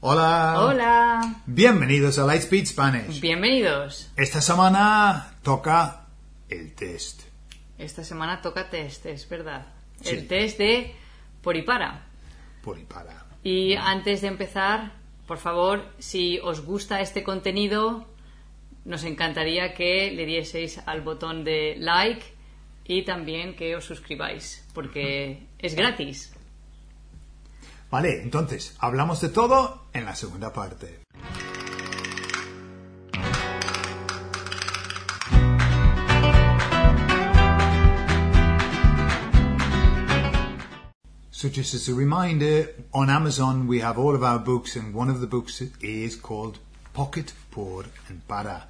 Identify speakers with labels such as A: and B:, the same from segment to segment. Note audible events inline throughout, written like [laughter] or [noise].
A: Hola.
B: Hola.
A: Bienvenidos a Lightspeed Spanish.
B: Bienvenidos.
A: Esta semana toca el test.
B: Esta semana toca test, es verdad.
A: Sí.
B: El test de Poripara.
A: Por y para.
B: Y antes de empezar, por favor, si os gusta este contenido, nos encantaría que le dieseis al botón de like y también que os suscribáis, porque es gratis.
A: Vale, entonces, hablamos de todo en la segunda parte. So just as a reminder, on Amazon we have all of our books and one of the books is called Pocket, Pour and Para,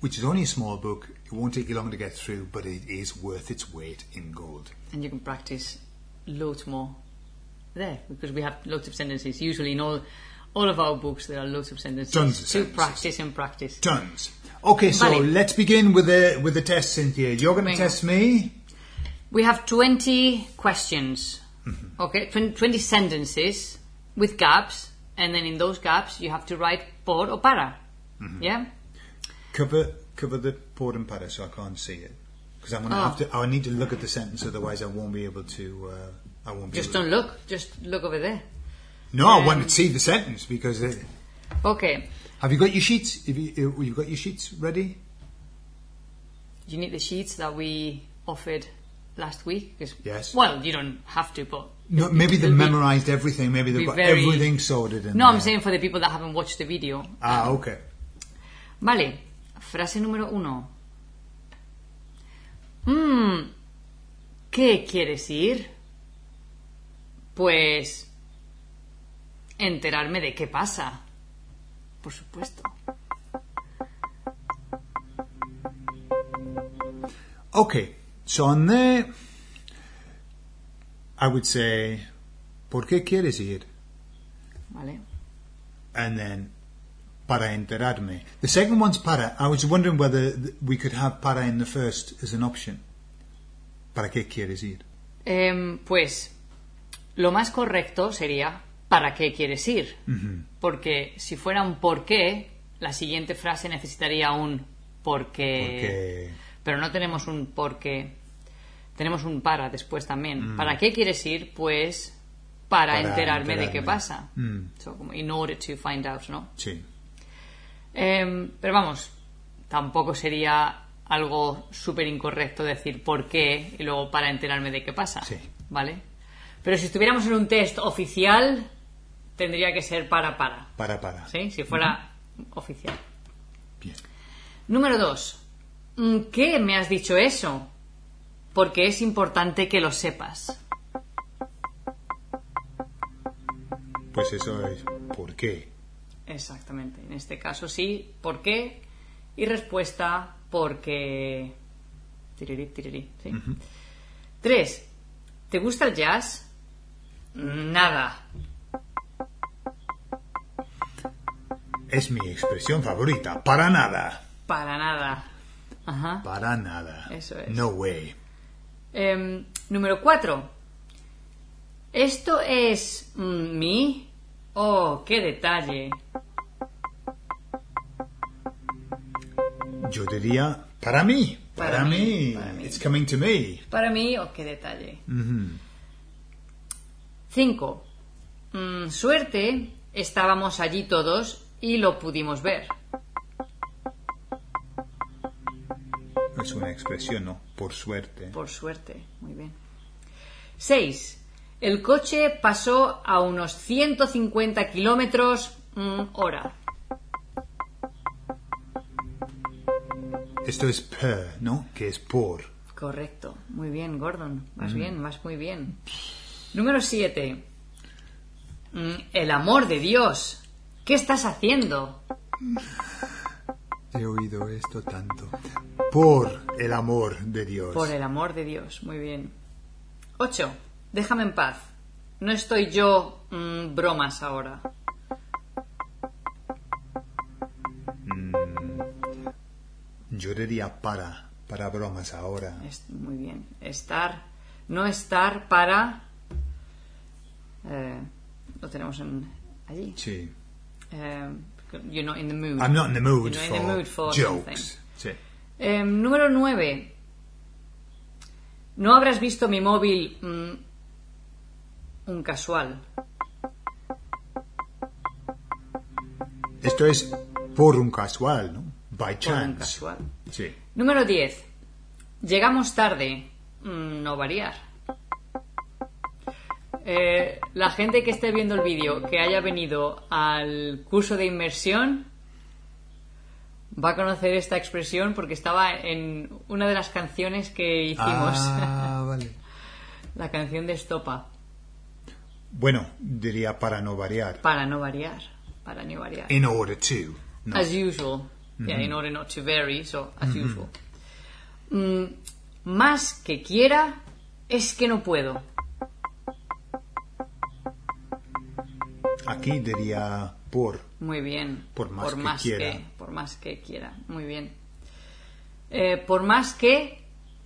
A: which is only a small book. It won't take you long to get through, but it is worth its weight in gold.
B: And you can practice loads more there, because we have loads of sentences. Usually in all, all of our books, there are loads of sentences
A: Tons of
B: to
A: sentences.
B: practice and practice.
A: Tons. Okay, so
B: Vale.
A: let's begin with the with the test, Cynthia. You're going to
B: Venga.
A: test me.
B: We have 20 questions. Okay, 20, 20 sentences with gaps, and then in those gaps you have to write por or para. Yeah?
A: Cover cover the port and patter so I can't see it because I'm going to
B: Oh.
A: have to. I need to look at the sentence, otherwise I won't be able to. Uh, I won't be.
B: Just
A: able
B: don't look, just look over there.
A: No, I want to see the sentence because. It,
B: Okay,
A: have you got your sheets? Have you uh, you got your sheets ready?
B: you need the sheets that we offered last week. 'cause-
A: Yes.
B: Well, you don't have to, but.
A: No, maybe they've
B: It'll be-
A: memorized everything. Maybe they've
B: be
A: got
B: very-
A: everything sorted. In
B: No, I'm
A: there.
B: saying for the people that haven't watched the video.
A: Ah, okay.
B: Vale, frase número uno. Mm, ¿Qué quieres ir? Pues enterarme de qué pasa. Por supuesto.
A: Okay, so on there, I would say, ¿por qué quieres ir?
B: Vale.
A: and then para enterarme. The second one's para. I was wondering whether th- we could have para in the first as an option. ¿Para qué quieres ir?
B: Em, pues lo más correcto sería ¿para qué quieres ir? Porque si fuera un por qué, la siguiente frase necesitaría un por qué.
A: Porque
B: Pero no tenemos un porque. Tenemos un para después también. ¿Para qué quieres ir? Pues para,
A: Mm. Para
B: enterarme, de qué
A: enterarme.
B: pasa.
A: Mm.
B: So, como in order to find out, ¿no?
A: sí.
B: Em, pero vamos, tampoco sería algo súper incorrecto decir por qué y luego para enterarme de qué pasa.
A: Sí.
B: ¿Vale? Pero si estuviéramos en un test oficial, tendría que ser para para.
A: Para, para.
B: ¿Sí? Si fuera oficial.
A: Bien.
B: Número 2. ¿Qué me has dicho eso? Porque es importante que lo sepas.
A: Pues eso es por qué.
B: Exactamente. En este caso sí, ¿por qué? Y respuesta, porque... Tirirí, tirirí, ¿sí? Tres. ¿Te gusta el jazz? Nada.
A: Es mi expresión favorita. Para nada.
B: Para nada. Ajá.
A: Para nada.
B: Eso es.
A: No way.
B: Em, número 4. ¿Esto es mm, mi? Oh, qué detalle.
A: Yo diría para mí. Para,
B: Para
A: mí.
B: mí, para mí.
A: It's coming to me.
B: Para mí, oh, qué detalle.
A: Mhm.
B: 5. Mm, suerte, estábamos allí todos y lo pudimos ver.
A: Es una expresión, ¿no? Por suerte.
B: Por suerte, muy bien. 6. El coche pasó a unos 150 kilómetros mm, hora.
A: Esto es per, ¿no? Que es por.
B: Correcto, muy bien, Gordon. Vas bien, vas muy bien. Número 7. El amor de Dios. ¿Qué estás haciendo?
A: He oído esto tanto. Por el amor de Dios.
B: Por el amor de Dios, muy bien. 8. Déjame en paz. No estoy yo mm, bromas ahora.
A: Yo diría para, para bromas ahora.
B: Es- muy bien. Estar, no estar para... eh, lo tenemos en, allí.
A: Sí.
B: um, you're not in the mood.
A: I'm not in the mood,
B: You're
A: for,
B: not in the mood for
A: jokes. Sí.
B: Em, número 9. No habrás visto mi móvil mm, un casual.
A: Esto es por un casual, ¿no? By
B: Por un
A: chance.
B: casual.
A: Sí.
B: Número 10. Llegamos tarde. Mm, No variar. Eh, la gente que esté viendo el vídeo que haya venido al curso de inmersión va a conocer esta expresión porque estaba en una de las canciones que hicimos.
A: Ah, vale.
B: [laughs] La canción de Estopa.
A: Bueno, diría para no variar.
B: Para no variar. Para no variar.
A: In order to. Eh, No.
B: As usual. Yeah, in order not to vary, so as usual. Mm, más que quiera, es que no puedo.
A: Aquí diría por.
B: Muy bien.
A: Por más que quiera.
B: por más que quiera. Muy bien. Eh, por más que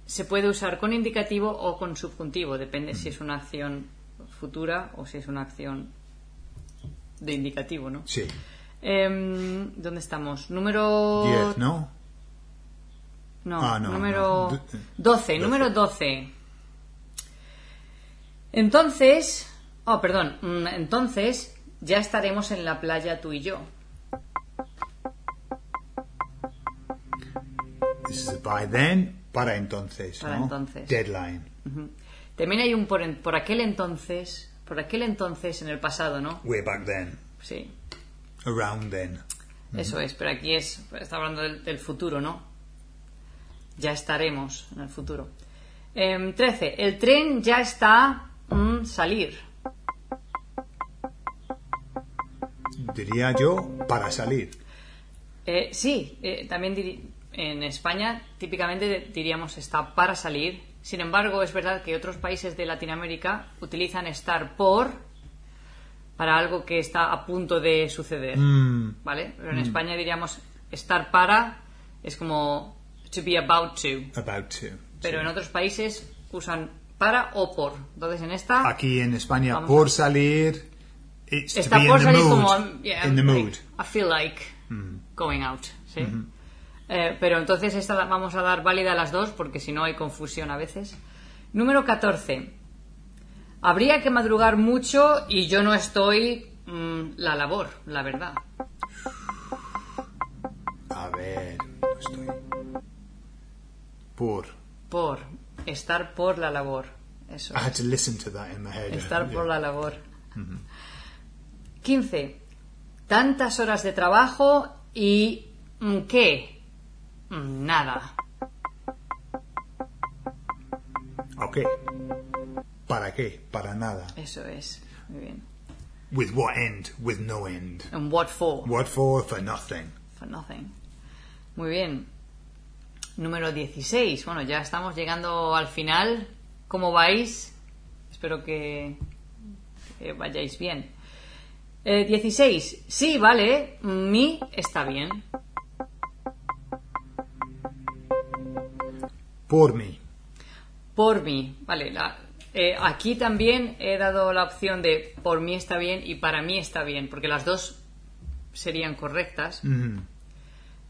B: se puede usar con indicativo o con subjuntivo, depende
A: Mm.
B: si es una acción futura o si es una acción de indicativo, ¿no?
A: Sí.
B: Em, ¿Dónde estamos? Número
A: 10, ¿no?
B: No,
A: Ah, no,
B: número
A: no.
B: 12,
A: Doce.
B: número 12. Entonces, oh, perdón, mm, entonces ya estaremos en la playa tú y yo.
A: This is by then, para entonces.
B: Para
A: ¿no?
B: entonces.
A: Deadline.
B: Ujú. También hay un por, en- por aquel entonces, por aquel entonces en el pasado, ¿no?
A: Way back then.
B: Sí,
A: Around then.
B: eso es, pero aquí es, está hablando del, del futuro, ¿no? Ya estaremos en el futuro. Em, 13, el tren ya está mm, salir.
A: Diría yo para salir.
B: Eh, sí, eh, también diri- en España típicamente de- diríamos está para salir. Sin embargo, es verdad que otros países de Latinoamérica utilizan estar por para algo que está a punto de suceder.
A: Mm,
B: ¿Vale? Pero en España diríamos estar para es como to be about to.
A: about to.
B: Pero en otros países usan para o por. Entonces en esta
A: Aquí en España,
B: Vamos.
A: por salir. It's
B: está
A: Ah, to be
B: por
A: in the
B: salir
A: mood.
B: como yeah,
A: in the
B: like,
A: mood. Mm. Mm-hmm.
B: I feel like going out ¿sí? Eh, pero entonces esta la- vamos a dar válida a las dos porque si no hay confusión a veces número 14 habría que madrugar mucho y yo no estoy mm, la labor la verdad
A: A ver, no estoy. Por.
B: por estar por la labor eso
A: I had to listen to that in my head.
B: estar
A: Yeah.
B: por la labor 15 tantas horas de trabajo y mm, qué Mm, nada
A: Ok. ¿Para qué? Para nada.
B: Eso es. Muy bien.
A: With what end? With no end.
B: And what for?
A: What for? For nothing.
B: For nothing. Muy bien. Número 16. Bueno, ya estamos llegando al final. ¿Cómo vais? Espero que, que vayáis bien. Eh, 16. Sí, vale. Mi está bien.
A: Por mí.
B: Por mí. Vale. la- eh, aquí también he dado la opción de por mí está bien y para mí está bien, porque las dos serían correctas.
A: Mm.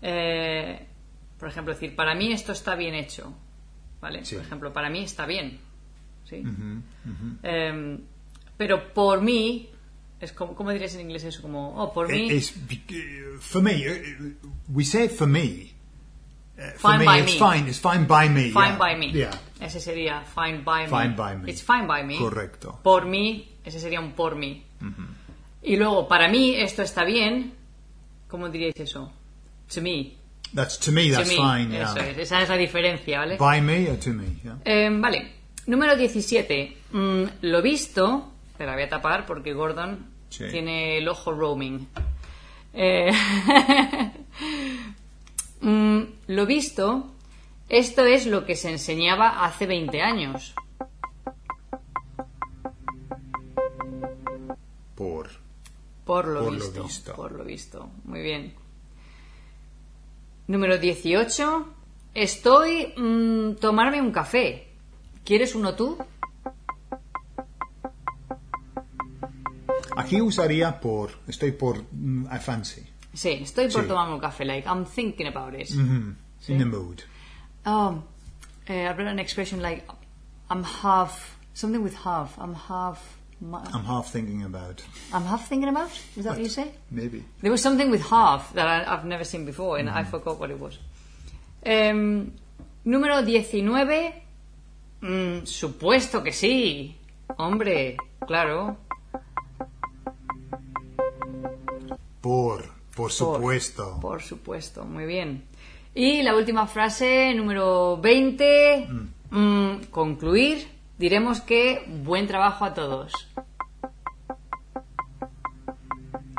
B: Eh, por ejemplo, decir, para mí esto está bien hecho. ¿Vale?
A: Sí.
B: Por ejemplo, para mí está bien. ¿sí? Eh, pero por mí, es como, ¿cómo dirías en inglés eso? Como, oh, por mí,
A: It's be- for me. uh, We say for me. Uh, for
B: Fine
A: me,
B: by
A: it's
B: me.
A: fine. It's fine by me. yeah.
B: fine by me.
A: Yeah.
B: Ese sería fine by me.
A: Fine by me.
B: It's fine by me.
A: Correcto.
B: Por mí, ese sería un por mí. Y luego, para mí esto está bien. ¿Cómo diríais eso? To me.
A: That's to me.
B: To
A: That's
B: me.
A: fine.
B: Eso
A: yeah.
B: es. Esa es la diferencia, ¿vale?
A: By me or to me. Yeah.
B: Eh, vale, número 17. Mm, lo visto, te la voy a tapar porque Gordon
A: Sí.
B: tiene el ojo roaming. Eh, [laughs] mm, lo visto, esto es lo que se enseñaba hace 20 años.
A: Por.
B: Por lo,
A: Por lo
B: visto,
A: visto.
B: Por lo visto. Muy bien. Número 18. Estoy mm, tomarme un café. ¿Quieres uno tú?
A: ¿Qué usaría por? Estoy por mm, I fancy.
B: Sí, estoy por
A: Sí.
B: tomarme un café, like, I'm thinking about it.
A: Mhm.
B: Sí.
A: In the mood.
B: Um, uh, I read an expression like, I'm half, something with half, I'm half, ma-
A: I'm half thinking about.
B: I'm half thinking about? Is that what you say?
A: Maybe.
B: There was something with half that I, I've never seen before and I forgot what it was. Em, número 19. Mm, supuesto que sí. Hombre, claro.
A: Por. Por supuesto.
B: Por supuesto, muy bien. Y la última frase, número 20. Mm, concluir. Diremos que buen trabajo a todos.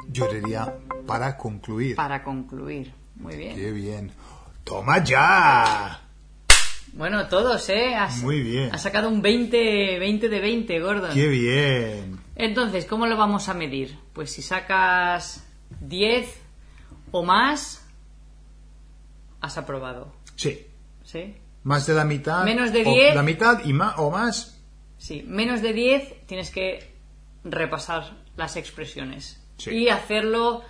A: Yo diría para concluir.
B: Para concluir. Muy bien.
A: Qué bien. ¡Toma ya!
B: Bueno, todos, ¿eh? Has-
A: Muy bien.
B: Has sacado un 20, 20 de 20, Gordon.
A: ¡Qué bien!
B: Entonces, ¿cómo lo vamos a medir? Pues si sacas 10 o más, has aprobado.
A: Sí.
B: ¿Sí?
A: Más de la mitad.
B: Menos de
A: o
B: 10.
A: La mitad y más, o más.
B: Sí, menos de 10 tienes que repasar las expresiones.
A: Sí.
B: Y hacerlo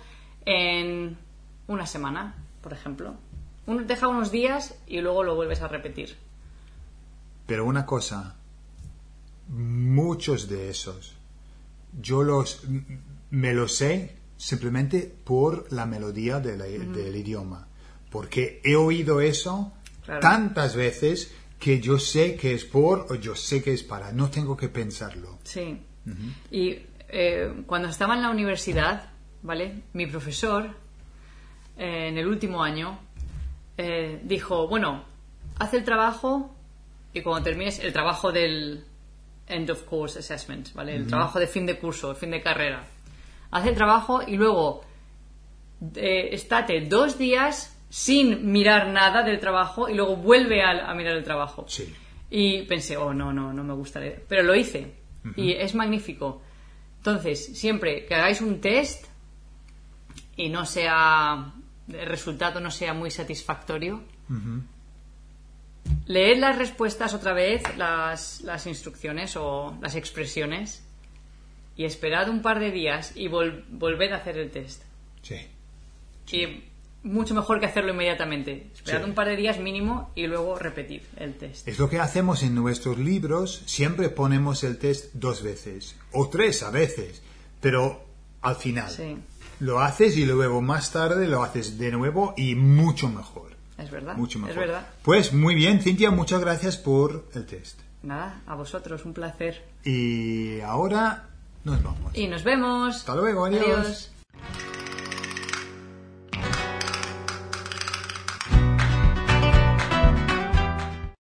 B: en una semana, por ejemplo. Un- deja unos días y luego lo vuelves a repetir.
A: Pero una cosa, muchos de esos, yo los m- me los sé simplemente por la melodía de la- del idioma, porque he oído eso
B: Claro.
A: tantas veces que yo sé que es por o yo sé que es para, no tengo que pensarlo.
B: Sí. Y eh, cuando estaba en la universidad, ¿vale? Mi profesor, eh, en el último año, eh, dijo, bueno, haz el trabajo y cuando termines el trabajo del end of course assessment, ¿vale? El trabajo de fin de curso, el fin de carrera. Haz el trabajo y luego eh, estate dos días sin mirar nada del trabajo y luego vuelve al- a mirar el trabajo.
A: Sí.
B: Y pensé, oh, no, no, no me gusta leer. Pero lo hice. Y es magnífico. Entonces, siempre que hagáis un test y no sea. el resultado no sea muy satisfactorio, leed las respuestas otra vez, las, las instrucciones o las expresiones, y esperad un par de días y vol- volved a hacer el test.
A: Sí.
B: Y mucho mejor que hacerlo inmediatamente. Esperad
A: Sí.
B: un par de días mínimo y luego repetid el test.
A: Es lo que hacemos en nuestros libros, siempre ponemos el test dos veces, o tres a veces, pero al final.
B: Sí.
A: Lo haces y luego más tarde lo haces de nuevo y mucho mejor.
B: Es verdad.
A: Mucho mejor.
B: Es verdad.
A: Pues muy bien, Cintia, muchas gracias por el test.
B: Nada, a vosotros, un placer.
A: Y ahora nos vamos.
B: Y nos vemos.
A: Hasta luego, adiós.
B: Adiós.